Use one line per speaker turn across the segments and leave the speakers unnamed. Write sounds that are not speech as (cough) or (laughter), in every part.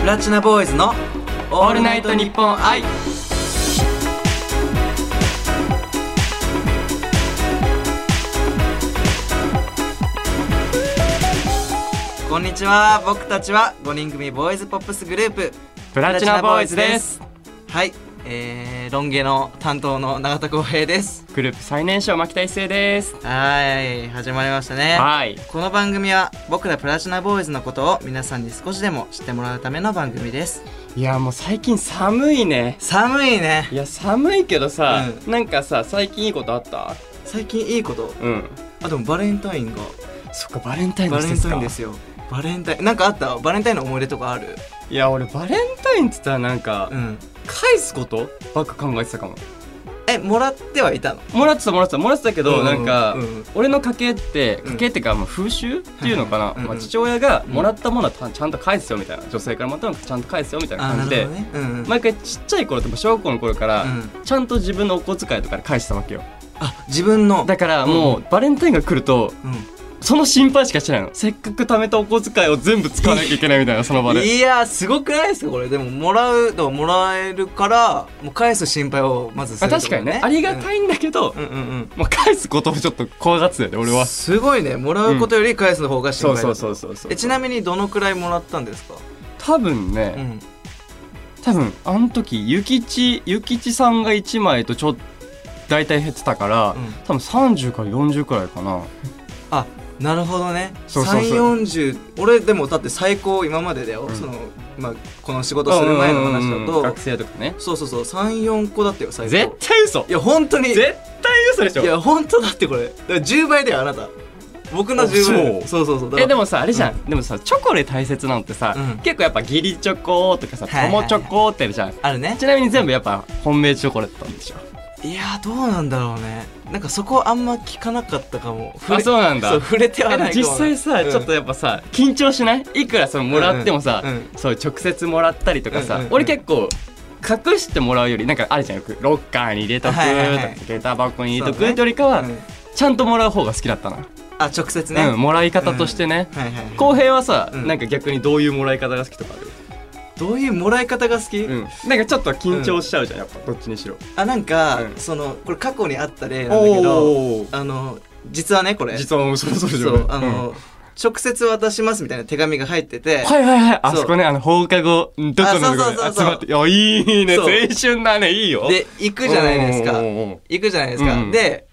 プラチナボーイズの
オールナイトニッポン愛
こんにちは僕たちは5人組ボーイズポップスグループ
プラチナボーイズです
はいえー、ロン毛の担当の永田浩平です
グループ最年少牧田一成です
はい始まりましたね
はい
この番組は僕らプラチナボーイズのことを皆さんに少しでも知ってもらうための番組です
いやもう最近寒いね
寒いね
いや寒いけどさ、
う
なんかさ最近いいことあった
最近いいこと
うん
あでもバレンタインが
そっかバレンタインの
バ
季
レン
節
タ
か
インですよバレンタインなんかあったバレンタインの思い出とかある
いや俺バレンタインって言ったらなんか、
うん
返すことばっか考えてたかも
えもらってはいたの
もらってたもらってたもらってたけど、
うん
なんか、
うん
俺の家系って
うん
家系ってか、まあ、風習っていうのかな、
うんうん
まあ、父親がもらったものはたちゃんと返すよみたいな女性からもらったのはちゃんと返すよみたいな
あ
感
な
じ
る
で、
ほどねうんうん
毎回ちっちゃい頃ってもう小学校の頃から、
うん
ちゃんと自分のお小遣いとかで返してたわけよ
あ自分の
だからもう、バレンタインが来ると
う
その心配しかしてないのせっかく貯めたお小遣いを全部使わなきゃいけないみたいなその場
ん、
で
いやーすごくないですかこれでももらうともらえるからもう返す心配をまずす
まあ
る
確かにねありがた
い、
いんだけど、
うん、うんうんうん
もう返すことをちょっと怖がってたよね俺は
すごいねもらうことより返すの方が心
そ
配
う
だ
そうそうそうそう
えちなみにどのくらいもらったんですか、
多分ね、
うん、
多分あの時諭吉諭吉さんが1枚とちょっと大体減ってたから、
うん
多分30から40くらいかな
あなるほどね
そうそうそう
340俺でもだって最高今までだよ、
うん
そのまあこの仕事する前の話だと、
学生とかね
そうそうそう34個だったよ最高
絶対嘘
いや本 (laughs) 当に
絶対嘘でし
い
ょ
や本当だってこれだから10倍だよあなた僕の10倍だよ
あ
そうそうそうだから
えでもさあれじゃん、でもさチョコで大切なのってさ、
うん
結構やっぱ義理チョコとかさ
はいはい
友チョコってあるじゃん、
あるね
ちなみに全部やっぱ本命チョコレートなんでしょ
いやーどうなんだろうねなんかそこあんま聞かなかったかも触
あ
れ
そうなんだ
そう触れては
えで
な
も
い
実際さ、
うん
ちょっとやっぱさ緊張しないいくらそのもらってもさ、
うんうん
そう直接もらったりとか
う
さ、
んうんうん
俺結構隠してもらうよりなんかあるじゃんよくロッカーに入れとくとか、
はいはいはい
下駄箱に入れと
そう
く
ね
ってよりかは、
うん
ちゃんともらう方が好きだったな、
あ直接ね、
うんもらい方としてね、
はいはいはい
浩平はさ、
うん
なんか逆にどういうもらい方が好きとかある、
どういうもらい方が好き、
うん、なんかちょっと緊張しちゃうじゃんやっぱどっちにしろ
あなんか、
うん
そのこれ過去にあった例なんだけど
おー
あの実はねこれ
実はもうそろそろじゃん
そうあの、直接渡しますみたいな手紙が入ってて、
はいはいはい。あ
そう
そこね、あの、放課後、どこの部
あそう
分
そうそう
集
そう
まって、いや、いいね、
そ
青
う
春だね、いいよ。
で行くじゃないですか
おーおーおー
行くじゃないですか、
うん
で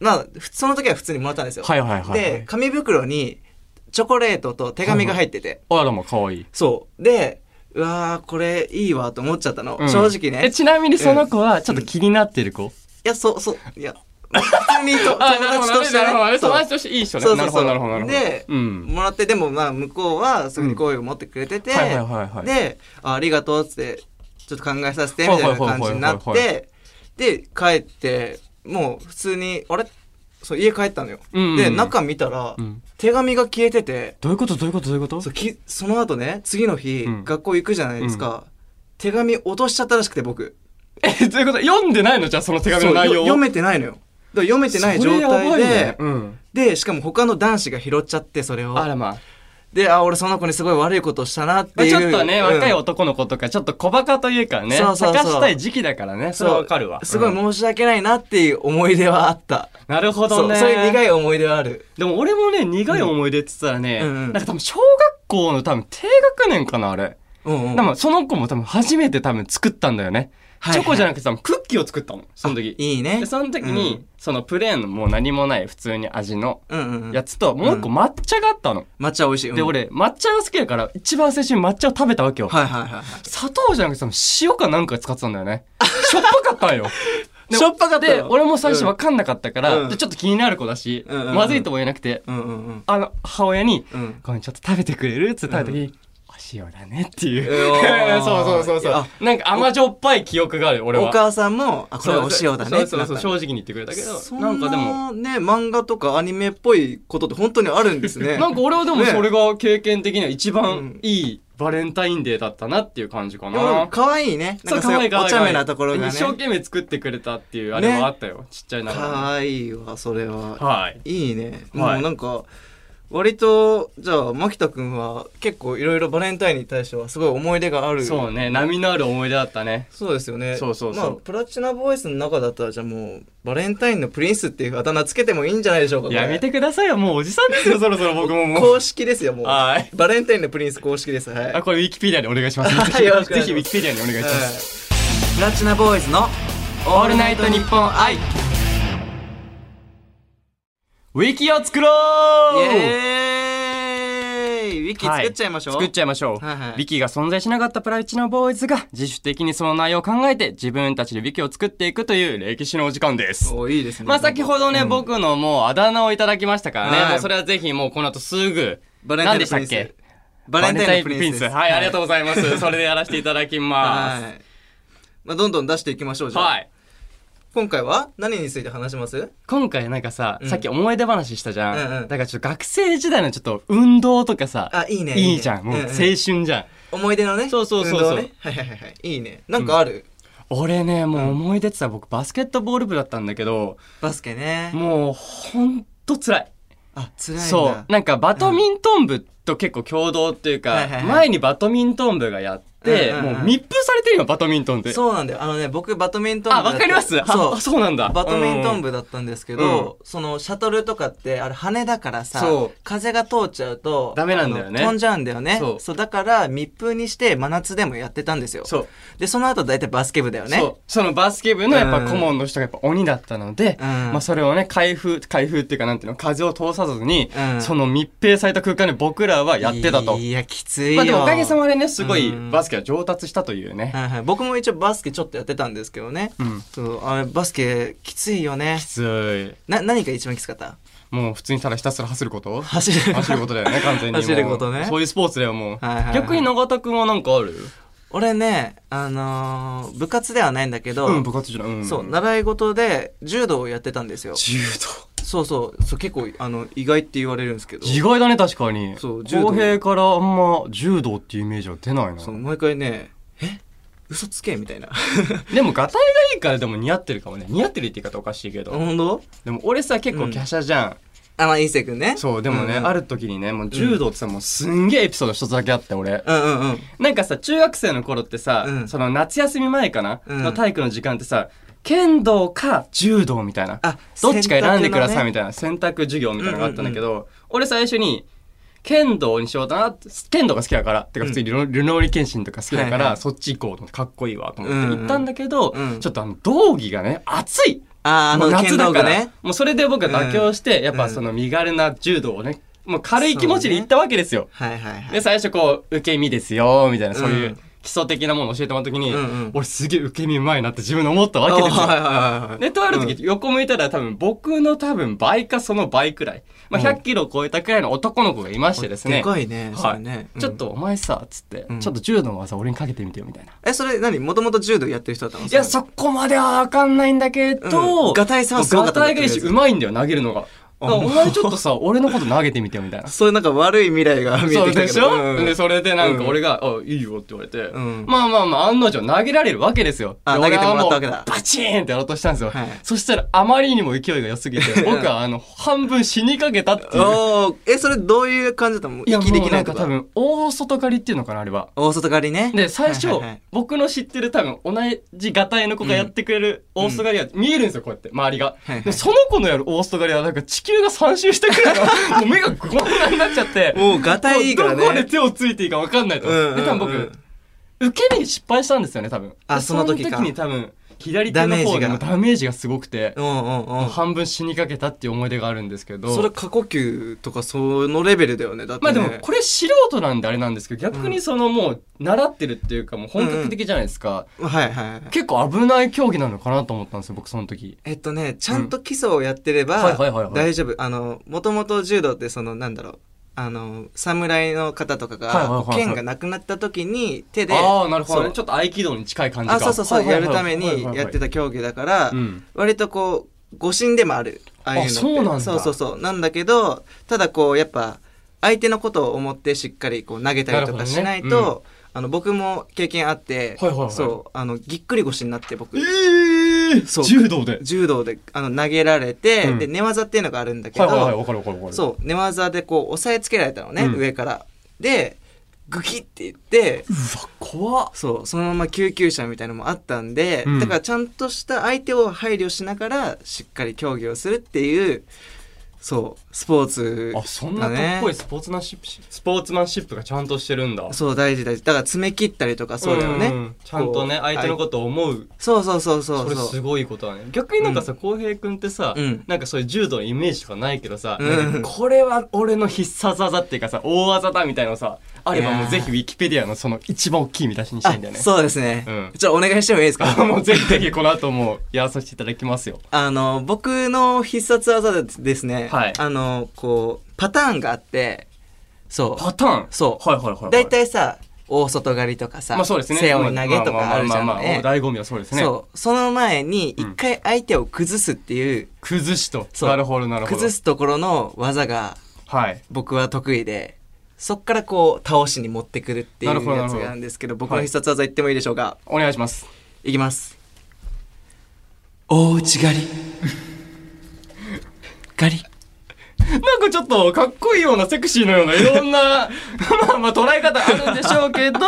まあふその時は普通にもらったんですよ、
はいはいはいはい。
で、紙袋にチョコレートと手紙が入ってて、
あらも可愛い。
そうでうわーこれいいわと思っちゃったの、正直
え、
ねい
ちなみにその子は、ちょっと気になってる子。
やそうそういや普通に
(laughs)
と友達としてねそう
友達としていい人ね。
そう
な
そうそう
るほど、なるほど、なるほど。
で
うん。
もらってでもまあ向こうはすぐに好意を持ってくれてて、
うんはいはいはいはい
であありがとうっつってちょっと考えさせてみたいな感じになっ
はいはいはい
てで帰ってもう普通にあれそう家帰ったのよ、
うんうん
で中見たら、
うん
手紙が消えてて
どういうことどういうことどういうこと
そうきその後ね次の日、
うん
学校行くじゃないですか、手紙落としちゃったらしくて僕
え、どういうこと読んでないのじゃあ、その手紙の内
そうよ
容を。
読めてないのよだから読めてない
そ
状
れやばい
態で、
ねうん。
でしかも他の男子が拾っちゃってそれを
あらまあ。
で、あ、俺その子にすごい悪いことしたなって
まあ
いう。
ちょっとね、
うん
若い男の子とか、ちょっと小バカというかね、
そうそうそう
探したい時期だからね、それはわかるわ。
すごい
うん
申し訳ないなっていう思い出はあった。
なるほどね。
そう、そういう苦い思い出はある。
でも俺もね、苦い思い出って言ったらね、
うんうんうん
なんか多分小学校の多分低学年かな、あれ。
うんうん。
でもその子も多分初めて多分作ったんだよね。
はいはい
チョコじゃなくて多分クッキーを作ったの、その時。
いいね
で、。その時
う
に、そのプレーンのもう何もない普通に味の
うんうんうん。
やつと、もう一個抹茶があったの。
抹茶美味しい。うん
で、。俺、抹茶が好きだから、一番最初に抹茶を食べたわけよ。
はいはいはいはい。
砂糖じゃなくて多分塩かなんか使ってたんだよ
(laughs)
ね。しょっぱかったんよ。で
しょっぱかったの
で、俺も最初わかんなかったから、
うん
でちょっと気になる子だし、
うんうんうん
まずいとも言えなくて、
うんうんうん。
あの、母親に、
うん
ごめん、ちょっと食べてくれるっつって食べた時に、お塩だねっていう
うわ。ー
(laughs) そうそうそう
い
そ
や
う。なんか甘じょっぱい記憶がある、俺
お
は。
母さんも、あ、これお塩だねって
そう
な
そ
っ
う
た
そう、正直に言ってくれたけど、
そ
なんかでも、
ね、漫画とかアニメっぽいことって本当にあるんですね。
(laughs) なんか俺はでも
ね
それが経験的には一
うん
番いいバレンタインデーだったなっていう感じか
でも
な。
可愛いね。なんかそういうお
可
茶
愛
目なところがね。
一生懸命作ってくれたっていうあれはあったよ。ちっちゃいながら
可愛いわ、それは
に。。はい。
いいね。
はい
もうなんか、割とじゃあ牧田君は結構いろいろバレンタインに対してはすごい思い出がある
そうね波のある思い出だったね
そうですよね
そうそうそ
ま
う
あ、プラチナボーイスの中だったらじゃあもうバレンタインのプリンスっていうあだ名つけてもいいんじゃないでしょうかこれ
やめてくださいよもうおじさんですよそろそろ僕ももう
公式ですよもう
はい
バレンタインのプリンス公式ですはい、
あこれウィキペディアにお願いします (laughs)
はいよろしくお
ぜ
願いします
ひウィキペディアにお願いします
プラチナボーイズの「オ
ールナイトニッポン
愛」イ
ウィキを作ろう
エーイウィキ作っちゃいましょう、
作っちゃいましょう、
はいはい
ウィキが存在しなかったプラチナボーイズが自主的にその内容を考えて自分たちでウィキを作っていくという歴史のお時間です
おいいですね
まあ先ほどね、
うん
僕のもうあだ名をいただきましたからね、
はい
もうそれはぜひもうこの後すぐ
バレンタインのプリ
何で
ン
したっけ
スバレンタインのプリンスです
はい、ありがとうございますそれでやらせていただきます
(laughs) はいまあ、どんどん出していきましょうじゃあ、
はい
今回は何について話します
今回なんかさ、
うん
さっき思い出話したじゃん、
うんうん
だからちょっと学生時代のちょっと運動とかさ
あいいね
いいじゃんもう青
ん
春じゃん、
思い出のね
そうそうそうそう
運動ねはいはいはいはいいいねなんかある、
俺ねもう思い出ってさ僕バスケットボール部だったんだけど
バスケね
もうほんと辛い
あ辛いんだ
そうなんかバドミントン部と結構共同っていう
は
か
いはいはい
前にバドミントン部がやって
うんうん
も
うん
う密封されてるよバドミントンって
そうなんだよあのね僕バドミントン部
あ
だ
わ
った
かりますあ
そう
あそうなんだ
バドミントン
部
部だったんですけど、そのシャトルとかってあれ羽だからさ
そう
風が通っちゃうと
ダメなんだよね
あの飛んじゃうんだよね
そ
そう
う
だから密封にして真夏でもやってたんですよ
そう
でその後大体バスケ部だよね
そうそのバスケ部のやっ
うん
ぱ顧問の人がやっぱ鬼だったので、
うん
まあ、それをね開封開封っていうかなんていうの風を通さずに、
うん
その密閉された空間で僕らはやってたと。
いやきついよ、
まあ、でもおかげさまでねすごい
うん
バスケは上達したというね。
はいはい、僕も一応バスケちょっとやってたんですけどね、
うん、
そうあれバスケきついよね
きつ
な何が一番きつかった
いもう普通にただひたすら走ること
走る
走ることだよね完全にもう
走ることね
そういうスポーツだよもう、
はいはいはい
逆に永田君は何かある
俺ねあのー部活ではないんだけど、
うん部活じゃない、うん、
そう習い事で柔道をやってたんですよ
柔
そうそうそう結構あの意外って言われるんですけど
道意外だね確かに
そう柔道
公平からあんま柔道っていうイメージは出ないな
そう毎回ねえ嘘つけみたいな (laughs)
でもガタイがいいからでも似合ってるかもね似合ってるって言い方おかしいけど、
本当
でも俺さ結構華奢じゃん、
あまあ一く君ね
そうでもね、
んん
ある時にねもう柔道ってさもうすんげえエピソード一つだけあって俺、
うんうんうん
なんかさ中学生の頃ってさ、
うん
その夏休み前かな、
うん
の体育の時間ってさ剣道か柔道みたいな
あ
どっちか選んでくださ
選択のね
いみたいな選択授業みたいなのがあったんだけど、俺最初に剣道にしようかなって剣道が好きだからってか普通にルノ,、ルノーリ剣心とか好きだから、
はいはい
そっち行こうと思ってかっこいいわと思
うんう
っ
ん
て行ったんだけど、
うん
ちょっとあの道着がね熱い
あーあ
もう
の
夏
剣
だ
道
か
が
ら
ね
もうそれで僕は妥協して、やっ
う
ぱ
ん
その身軽な柔道をねもう軽い気持ちで行ったわけですよ、
はいはいは
で
い
最初こう受け身ですよみたいなそういううん基礎的なものを教えてもらった時に、
うんうん
俺すげえ受け身うまいなって自分で思ったわけ
あ
ですよ
はいはいはい
で、とある時、
うん
横向いたら多分、僕の多分倍かその倍くらい。まあ、
うん
100キロ超えたくらいの男の子がいましてですね。
でかいねそれね
ちょっ
うん
とお前さ、つって、
うん
ちょっと柔道の技俺にかけてみてよ、みたいな。
えそれ何もともと柔道やってる人だったの
いや、そこまではわかんないんだけ
う
ど、
んガタイさはすごかったんだ
ガタイがいい
と
し、
りあえず
うまいんだよ、投げるのが。だから
あ
お前ちょっとさ、俺のこと投げてみてよ、みたいな。
そういうなんか悪い未来が見え
そ
て
う
きた
で
け
し
ど
ょ、
うん
で、それでなんか俺が、あ、いいよって言われて、
ん
まあまあまあ、案の定投げられるわけですよ。
あ
で
投げてもらったわけだ
俺はもうバチーンってやろうとしたんですよ。
はい
そしたら、あまりにも勢いが良す
(laughs)
ぎて、僕はあの、半分死にかけたっていう。
おーえそれどういう感じだったの
いや、
息で
もう
き
な
ない
ん
と
か
か
多分、大外刈りっていうのかな、あれは。
大外刈りね
で、最初、
はいはいはい
僕の知ってる多分、同じガタイの子がやってくれる大外刈りは見えるんですよ、こうやって、周りが。
はいはい
でその子のやる大外刈りは、なんか地球が3周してく
(laughs)
るから、もう目がこんなになっちゃって。
もうガタイいいからね
もうどこで手をついていいか分かんないと。
うんうんうん
で、多分僕、受け身失敗したんですよね、多分。
あ
で
その時か
その時に多分、左手の方で
ダメージ
も
が
ダメージがすごくて、
うんうんうん
半分死にかけたっていう思い出があるんですけど。
それ過呼吸とかそのレベルだよねだって、
まあ
ね、
でも、これ素人なんであれなんですけど、逆にそのもう、習ってるっていうか、もう本格的じゃないですか。
はいはいはい
結構危ない競技なのかなと思ったんですよ、僕その時。
えっとねちゃんと基礎をやってれば
うんはいはいはいはい
大丈夫あのもともと柔道ってそのなんだろうあの侍の方とか
はいはいはい
が
はい
剣がなくなった時に手で
ああ、なるほどね。
そう
ちょっと合気道に近い感じが。
あそうそうそう
はいは
や
い
る
は
た
い
めにやって。
はいはいはい
た競技だから
うん
割とこう誤審でもあるああいうのって
あそうなんだ
そうそうそうなんだけどただこうやっぱ相手のことを思ってしっかりこう投げたりとかしないと
なるほどね
あの僕も経験あって、
はいはいはい
そうあのぎっくり腰になって僕、
え
そう
柔道で
柔道であの投げられて、
うん
で寝技っていうのがあるんだけ
は
ど、
いはいはいわかるわかるわかる
そう寝技でこう押さえつけられたのね、
うん
上からでグキって言って
うわ怖っ
そうそのまま救急車みたいなのもあったんで、
うん
だからちゃんとした相手を配慮しながらしっかり競技をするっていうそうスポーツ
あそんなかっこいいスポーツマンシップスポーツマンシップがちゃんとしてるんだ
そう大事大事だから爪切ったりとかそうだよね、
んちゃんとね
こう
相手のことを思う
そうそうそうそう
それすごいことだね逆になんかさ浩平君ってさ
うん
なんかそういう柔道のイメージとかないけどさ
うん
なんかこれは俺の必殺技っていうかさ大技だみたいなのさあればもうぜひウィキペディアのその一番大きい見出しにしたいんだよね
あそうですね、
うん
じゃあお願いしてもいいですか
(laughs) あもうぜひぜひこの後もやらさせていただきますよ
あの、僕の必殺技ですね。
はい
あの、こう、パターンがあって、そう。
パターン
そう
はいはいはいはい
大体さ、大外刈りとかさ、
まあそうですね
背負い投げとかあるじゃ
まあまあまあまあまあ
んね。
醍醐味はそうですね
そう。その前に、一回相手を崩すっていう、
崩しと
そう
なるほどなるほど
崩すところの技が
はい
僕は得意で、そっからこう、倒しに持ってくるってい
なるほ
う
ど
や
な
つ
るほど
があるんですけど、僕の必殺技言ってもいいでしょうか。
お願いします
い、きます。大内刈り。刈り。
なんかちょっとかっこいいようなセクシーの
(laughs)
ようないろんなまあまあ捉え方あるんでしょうけど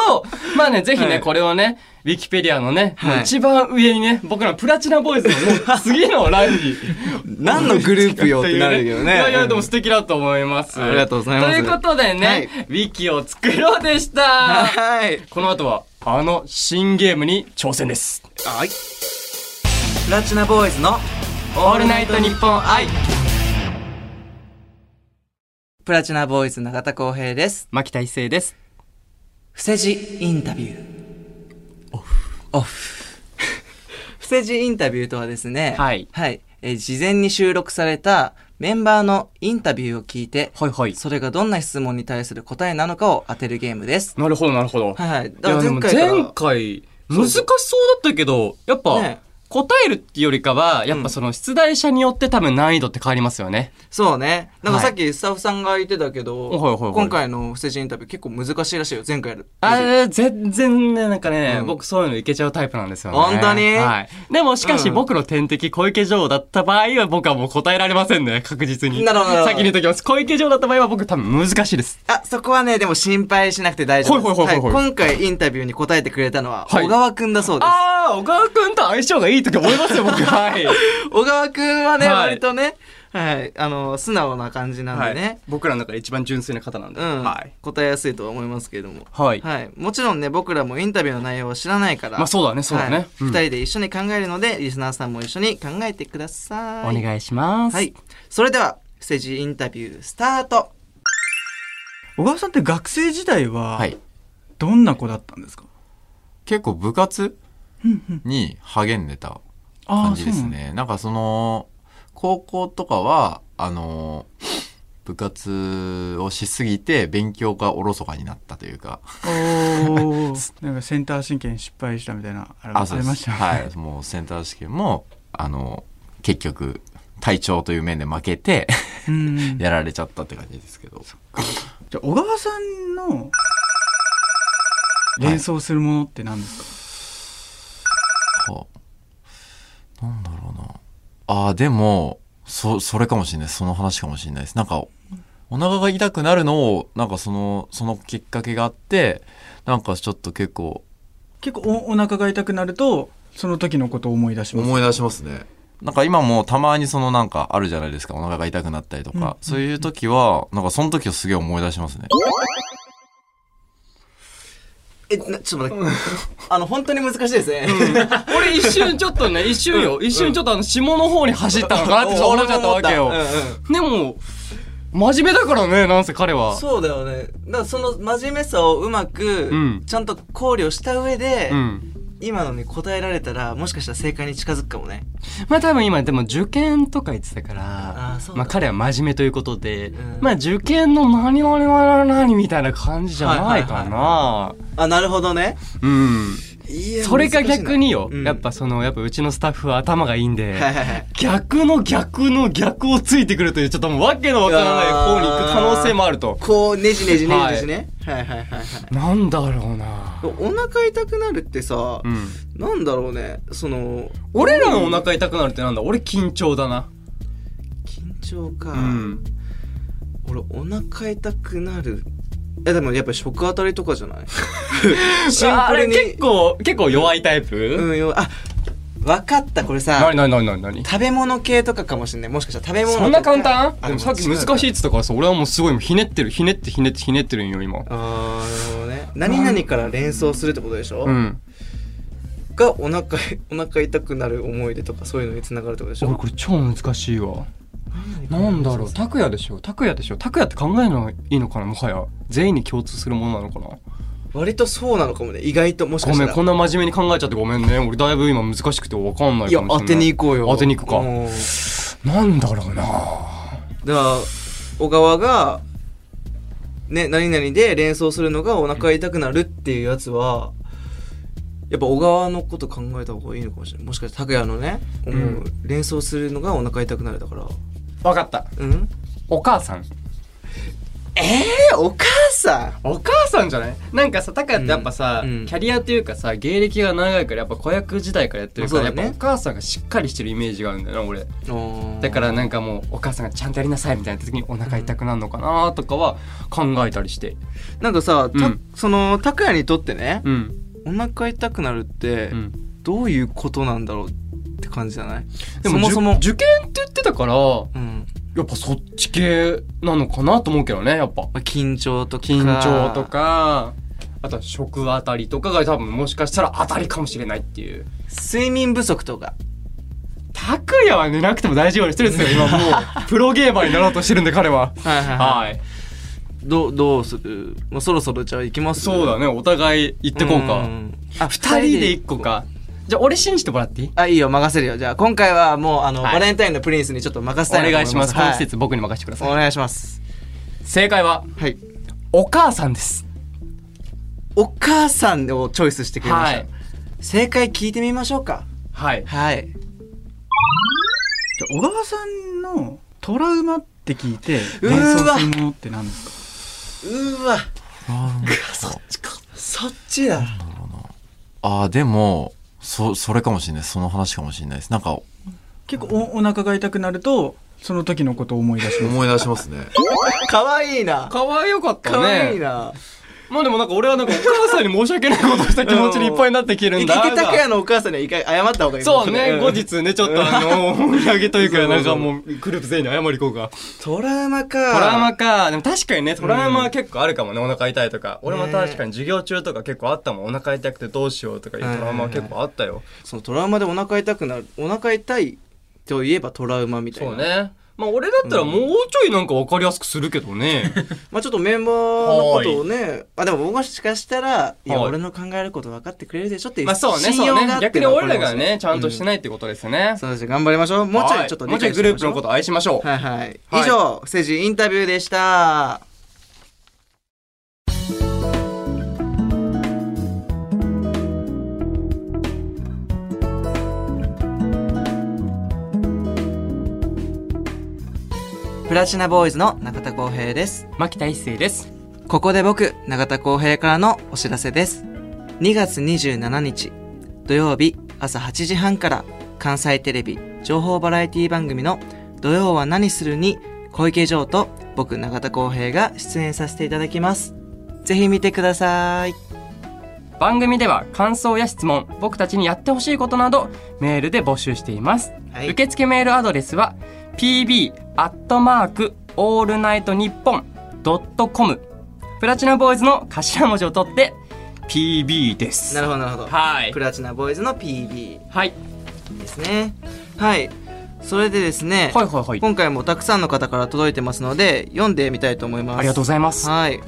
(laughs)
まあねぜひね、
はい
これをねウィキペディアのね、
はい
一番上にね僕らプラチナボーイズのもう次の欄に
何のグループよってなるよね。
(laughs) いやいやでも素敵だと思います、
ありがとうございます
ということでね、
はい
ウィキを作ろうでした、
はい。
この後はあの新ゲームに挑戦です
はい。プラチナボーイズの
オールナイトニッポン愛
プラチナボーイズ永田光平です。
牧田一成です
伏せ字インタビュー。オフ。オフ。伏せ字インタビューとはですね、
はい
はい。えー事前に収録されたメンバーのインタビューを聞いて、
はいはい
それがどんな質問に対する答えなのかを当てるゲームです。
なるほどなるほ
は
ど、
いはい。
いやでも
から
前回難しそうだったけどやっぱ、
ね
答えるっていうよりかはやっぱその出題者によって多分難易度って変わりますよね、
そうね。なんか
はい
さっきスタッフさんが言ってたけど、
はいはいはい
今回の不正人インタビュー結構難しいらしいよ、前回より。
あれ全然ねなんかね、
うん
僕そういうのいけちゃうタイプなんですよね
本当に
はい、でもしか
う
し
ん
僕の天敵小池城だった場合は僕はもう答えられませんね確実に
なるほどなるほど
先に言っときます小池城だった場合は僕多分難しいです
あ、そこはね、でも心配しなくて大丈夫です。
ほいほいほいほい
はい今回インタビューに答えてくれたのは、
はい
小川くんだそうです。
ああ小川君と相性がいいとか思います (laughs) よ僕はい
小川くんはね、
はい
割とね、はい、あの、素直な感じなんでね、
僕らの中で一番純粋な方なんで、
うん、
はい、
答えやすいとは思いますけれども。
はい
はい。もちろんね、僕らもインタビューの内容を知らないから。
まあそうだねそうだね
はい
うん
二人で一緒に考えるので、リスナーさんも一緒に考えてください。
お願いします、
はい。それでは、不正字インタビュースタート。
小川さんって学生時代は
はい、
どんな子だったんですか、
結構部活に励んでた
あ
感
あ
じ
そう
です
なんだ
ねなんかその高校とかはあの部活をしすぎて勉強がおろそかになったというか
おーなんかセンター試験失敗したみたいなあれあ
そう
り
です
ましたね
はいもうセンター試験もあの結局体調という面で負け
(laughs)
て
うんじゃ
やられちゃったって感じですけど
あ小川さんの連想するものって何ですか、
はあなんだろうなあーでもそそれかもしれないその話かもしれないですなんかお腹が痛くなるのをなんかそのそのきっかけがあってなんかちょっと結構
結構おお腹が痛くなるとその時のことを思い出します
思い出しますねなんか今もたまにそのなんかあるじゃないですかお腹が痛くなったりとか、
うんうん
そういう時はなんかその時をすげえ思い出しますね
え、なちょっと待って。あの、本当に難しいですね。
俺一瞬ちょっと
(laughs)
ね、一瞬よ、一瞬ちょっとあの、下の方に走ったのかなってちょっと思っちゃったわけ
う
よ
ん。うん
でも、真面目だからね、なんせ彼は。
そうだよねだからその真面目さをうまく
うん
ちゃんと考慮した上で、
うん。
今のに答えられたらもしかしたら正解に近づくかもね
まあ多分今、でも受験とか言ってたから
あーそう、だ
まあ彼は真面目ということで
うん、
まあ受験の何々何々みたいな感じじゃないか
はいはい
な。
あなるほどね
うん。
いや
それが逆によ、
難しいな
やっぱそのやっぱうちのスタッフは頭がいいんで、
うんはいはいはい
逆の逆の逆をついてくるというちょっともうわけのわからない方に行く可能性もあると
こうねじねじねじねじね、はい、はいはいはい
なんだろうな
お腹痛くなるってさ、
うん
なんだろうねその
俺らのお腹痛くなるってなんだ俺緊張だな
緊張か、
うん
俺お腹痛くなるいやでもやっぱ食当たりとかじゃない
(laughs)
シン
あ
プ
れ
ルに
結構結構弱いタイプ、
うんよあ分かったこれさ
何何何何何
食べ物系とかかもしれないもしかしたら食べ物とか
そんな簡単
あ
でもさっき難しいっつったからさ俺はもうすごいもうひねってるひねってひねってひねってるんよ今
あーなるほどね何々から連想するってことでしょ、
うん
がお腹 (laughs) お腹痛くなる思い出とかそういうのにつながるってことでし
俺
ょ
これ超難しいわなんだろう拓也でしょ拓也でしょ拓也って考えないいいのかなもはや全員に共通するものなのかな
割とそうなのかもね意外ともしか
ご
した
めん
ら
こんな真面目に考えちゃってごめんね俺だいぶ今難しくて分かんない
いや
かもしれな
当
い
てに行こうよ
当てに行くか
うん
なんだろう
だ
な
から小川が、ね、何々で連想するのがお腹痛くなるっていうやつはやっぱ小川のこと考えた方がいいのかもしれないもしかして拓也のね、
ん
もう連想するのがお腹痛くなるだから
分かった
うん
お母さん
えー、お母さ
お母さんじゃないなんかさタカってやっぱさ、
うんうん
キャリアというかさ芸歴が長いからやっぱ子役時代からやってるから、
まあそ
やっ
うだね
ぱお母さんがしっかりしてるイメージがあるんだよな俺
ん
だからなんかもうお母さんがちゃんとやりなさいみたいな時にお腹痛くなるのかなとかは考えたりして
なんかさ、た
うん
その拓也にとってね、
うん、
お腹痛くなるって
うん、
どういうことなんだろうって感じじゃない
でも
そもそも
受受験って言ってたからや
うん
っぱそっち系なのかなと思うけどねやっぱ
まあ緊張とか
緊張とかあとは食あたりとかが多分もしかしたら当たりかもしれないっていう
睡眠不足とか
拓也は寝なくても大丈夫にしてるんですよ今も (laughs) うプロゲーマーになろうとしてるんで彼は
はいはい、はい
はい
どうどうするもうそろそろじゃあ行きます
そうだねお互い行ってこうか
んあ
2人で1個かじゃあ俺信じてもらっていい
あいいよ任せるよじゃあ今回はもうあの、
はい
バレンタインのプリンスにちょっと任
お
せたいな
願い
と
し
思
ますこの季
はい
節僕に任せてください
お願いします
正解は
はい
お母さんです
お母さんをチョイスしてくれました、
はい
正解聞いてみましょうか
はい
はい
小川さんのトラウマって聞いて
うー
連
わ
想するものって何ですか
うーわ
あー
そっちかそっちだ
あーでもそそれかもしれないその話かもしれないですなんか
結構おお腹が痛くなるとその時のことを思い出します
思い出しますね
可愛いな
可愛かったね
可愛いな
まあでもなんか俺はなんかお母さんに申し訳ないことをした気持ちにいっぱいになってきてるん
池
だ。
田拓也のお母さんには一回謝った方がいい
そうね、
ん
後日ね、ちょっとあの、 (laughs) お土産というか、なんか (laughs) もう、グループ全員に謝り行こうか。
トラウマか
トラウマか。でも確かにね、トラウマは結構あるかもね、お腹痛いとか。俺も確かに授業中とか結構あったもん。お腹痛くてどうしようとかいうトラウマは結構あったよ。
そのトラウマでお腹痛くなるお腹痛いといえばトラウマみたいな
そうね。まあ俺だったらもうちょいなんかわかりやすくするけどね。
(laughs) まあちょっとメンバーのことをねあでも僕もしかしたら「いや
はい
俺の考えること分かってくれるでしょ」って
まあそうね、
信
そ
用
うね
があ。って
逆に
のは
俺らがね、ちゃんとして
い、
ないってことですね
うん。そうです頑張りましょうもうちょいちょっと
はいもうちょいグループのことを愛しましょう。
はいはい、
はい
以上「政治インタビュー」でしたプラチナボーイズの中田浩平です
牧田一生です。
ここで僕、永田浩平からのお知らせです。2月27日、土曜日朝8時半から関西テレビ情報バラエティ番組の土曜は何するに小池城と僕、永田浩平が出演させていただきます。ぜひ見てください。
番組では感想や質問僕たちにやってほしいことなどメールで募集しています、
はい
受付メールアドレスは pb アットマークオールナイトニッポンドットコムプラチナボーイズの頭文字を取って pb です
なるほど、なるほど。
はい
プラチナボーイズの PB
はい
ですね。はい。それでですね、
はいはいはい
今回もたくさんの方から届いてますので、読んでみたいと思います。
ありがとうございますは
はい。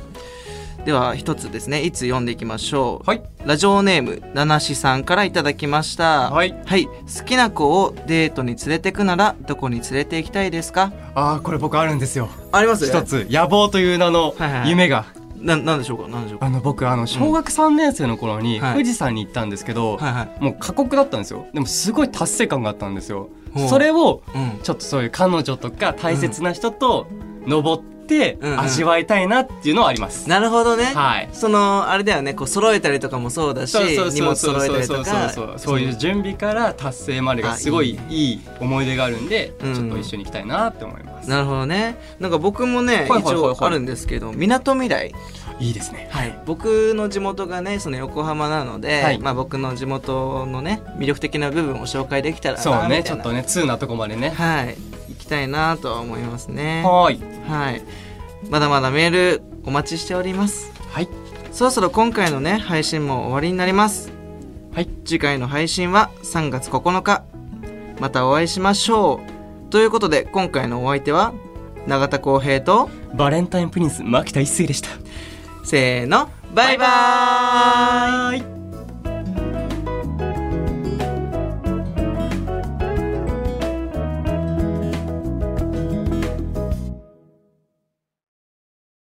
では一つですね、いつ読んでいきましょう。
い
ラジオネーム七しさんからいただきました。
はい
好きな子をデートに連れてくならどこに連れて行きたいですか？
ああこれ僕あるんですよ
あります。
一。つ野望という名の
はいはい
夢が
ななんでしょうかなんでしょうか
あの僕あの小学3年生の頃に
はい
富士山に行ったんですけど、
はいはい
もう過酷だったんですよでもすごい達成感があったんですよ
ほう
それを
うん
ちょっとそういう彼女とか大切な人と登って
うんうん
味わいたいなっていうのはあります、
なるほどね、
はい
そのあれだよねこう揃えたりとかもそうだし
そうそう
荷
そう
物
そう
揃えた
そう
り
そ
と
うそう
か
そうそういう準備から達成までがすごい
あ
いい思い出があるんでち
うん
ょっと一緒に行きたいなって思います
なるほどねなんか僕もね、
いはいはいはい
一応あるんですけどみなとみらい
いいですね
はい、僕の地元がねその横浜なので、
はい
まあ、僕の地元のね魅力的な部分を紹介できたらな
そうね
み
ち
た
ょ
い
っ
な
とね通なとこまでね
はい行きたいなとは思いますね
はーい
はいまだまだメールお待ちしております
はい
そろそろ今回のね配信も終わりになります
はい
次回の配信は3月9日またお会いしましょうということで今回のお相手は永田浩平と
バレンタインプリンス牧田一成でした
せーのバイバーイ